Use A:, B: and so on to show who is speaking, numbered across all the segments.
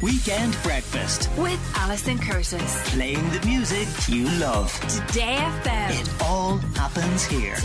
A: Weekend Breakfast.
B: with Alison Curtis.
A: Playing the music you love.
B: Today FM.
A: It all happens here.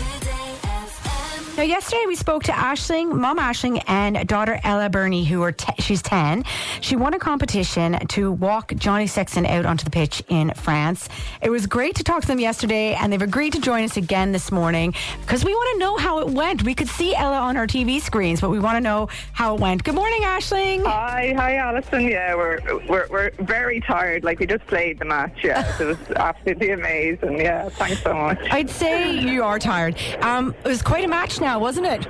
C: Now, yesterday we spoke to Ashling, mom Ashling, and daughter Ella Burney, who are te- she's ten. She won a competition to walk Johnny Sexton out onto the pitch in France. It was great to talk to them yesterday, and they've agreed to join us again this morning because we want to know how it went. We could see Ella on our TV screens, but we want to know how it went. Good morning, Ashling.
D: Hi, hi, Alison. Yeah, we're, we're we're very tired. Like we just played the match. Yeah, it was absolutely amazing. Yeah, thanks so much.
C: I'd say you are tired. Um, it was quite a match now, wasn't it?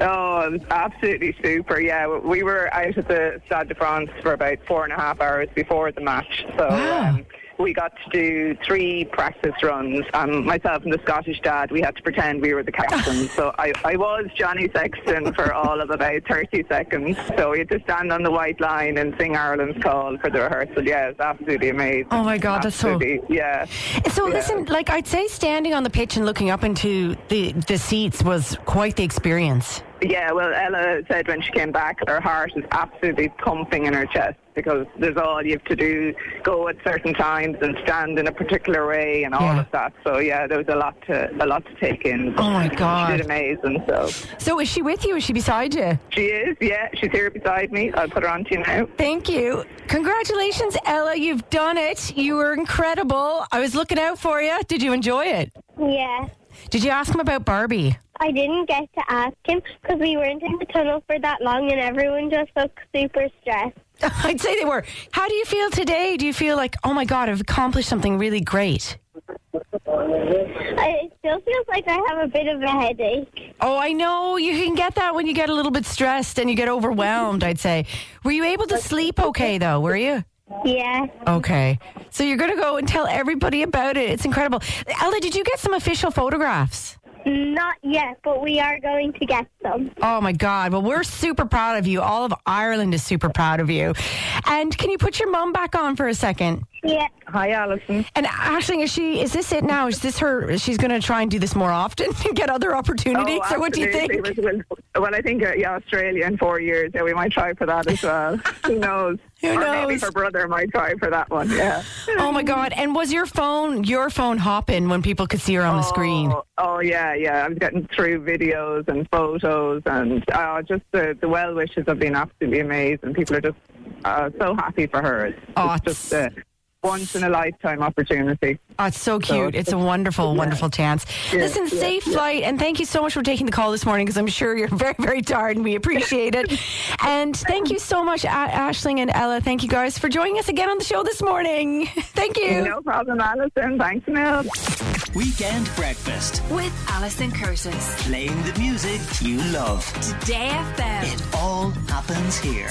D: Oh, it was absolutely super. Yeah, we were out at the Stade de France for about four and a half hours before the match. So.
C: Wow.
D: Um, we got to do three practice runs, and myself and the Scottish dad, we had to pretend we were the captain. so I, I was Johnny Sexton for all of about 30 seconds. So we had to stand on the white line and sing Ireland's call for the rehearsal. Yeah, it's absolutely amazing.
C: Oh my God, that's so-
D: Absolutely, Yeah.
C: So listen, like I'd say, standing on the pitch and looking up into the the seats was quite the experience.
D: Yeah, well, Ella said when she came back, her heart is absolutely pumping in her chest because there's all you have to do, go at certain times and stand in a particular way and all
C: Yeah.
D: of that. So yeah, there was a lot to a lot to take in.
C: Oh, my
D: She
C: God.
D: did amazing. So
C: So is she with you? Is she beside you?
D: she is. Yeah, she's here beside me. I'll put her on to you now.
C: Thank you. Congratulations, Ella. You've done it. You were incredible. I was looking out for you. Did you enjoy it?
E: Yeah,
C: Did you ask him about Barbie?
E: I didn't get to ask him because we weren't in the tunnel for that long and everyone just looked super stressed.
C: I'd say they were. How do you feel today? Do you feel like, oh my God, I've accomplished something really great?
E: I, it still feels like I have a bit of a headache.
C: Oh, I know. You can get that when you get a little bit stressed and you get overwhelmed, I'd say. Were you able to sleep okay, though? Were you?
E: Yeah,
C: Okay. So you're going to go and tell everybody about it. It's incredible. Ella, did you get some official photographs?
E: not yet, but we are going to get some.
C: Oh my God. Well, we're super proud of you. All of Ireland is super proud of you. And can you put your mum back on for a second?
E: Yeah,
D: Hi, Alison.
C: And Ashling, is she, is this it now? Is this her, she's going to try and do this more often and get other opportunities? or what do you think?
D: Oh, absolutely. Well, well, I think uh, yeah, Australia in four years. Yeah, we might try for that as well. Who knows?
C: Who
D: or maybe
C: knows?
D: her brother might try for that one. Yeah.
C: Oh my God. And was your phone, your phone hopping when people could see her on the screen?
D: Oh, oh, yeah, yeah. I was getting through videos and photos, and uh, just the, the well wishes have been absolutely amazing. People are just uh, so happy for her. It's,
C: Oh,
D: it's just a once in a lifetime opportunity.
C: Oh, it's so cute. It's a wonderful, wonderful chance. Listen, safe flight, and thank you so much for taking the call this morning because I'm sure you're very, very tired and we appreciate it. and thank you so much, a- Ashling and Ella. Thank you guys for joining us again on the show this morning. thank you.
D: No problem, Alison. Thanks, Mel.
A: Weekend Breakfast.
B: With Alison Curtis.
A: Playing the music you love.
B: Today FM.
A: It all happens here.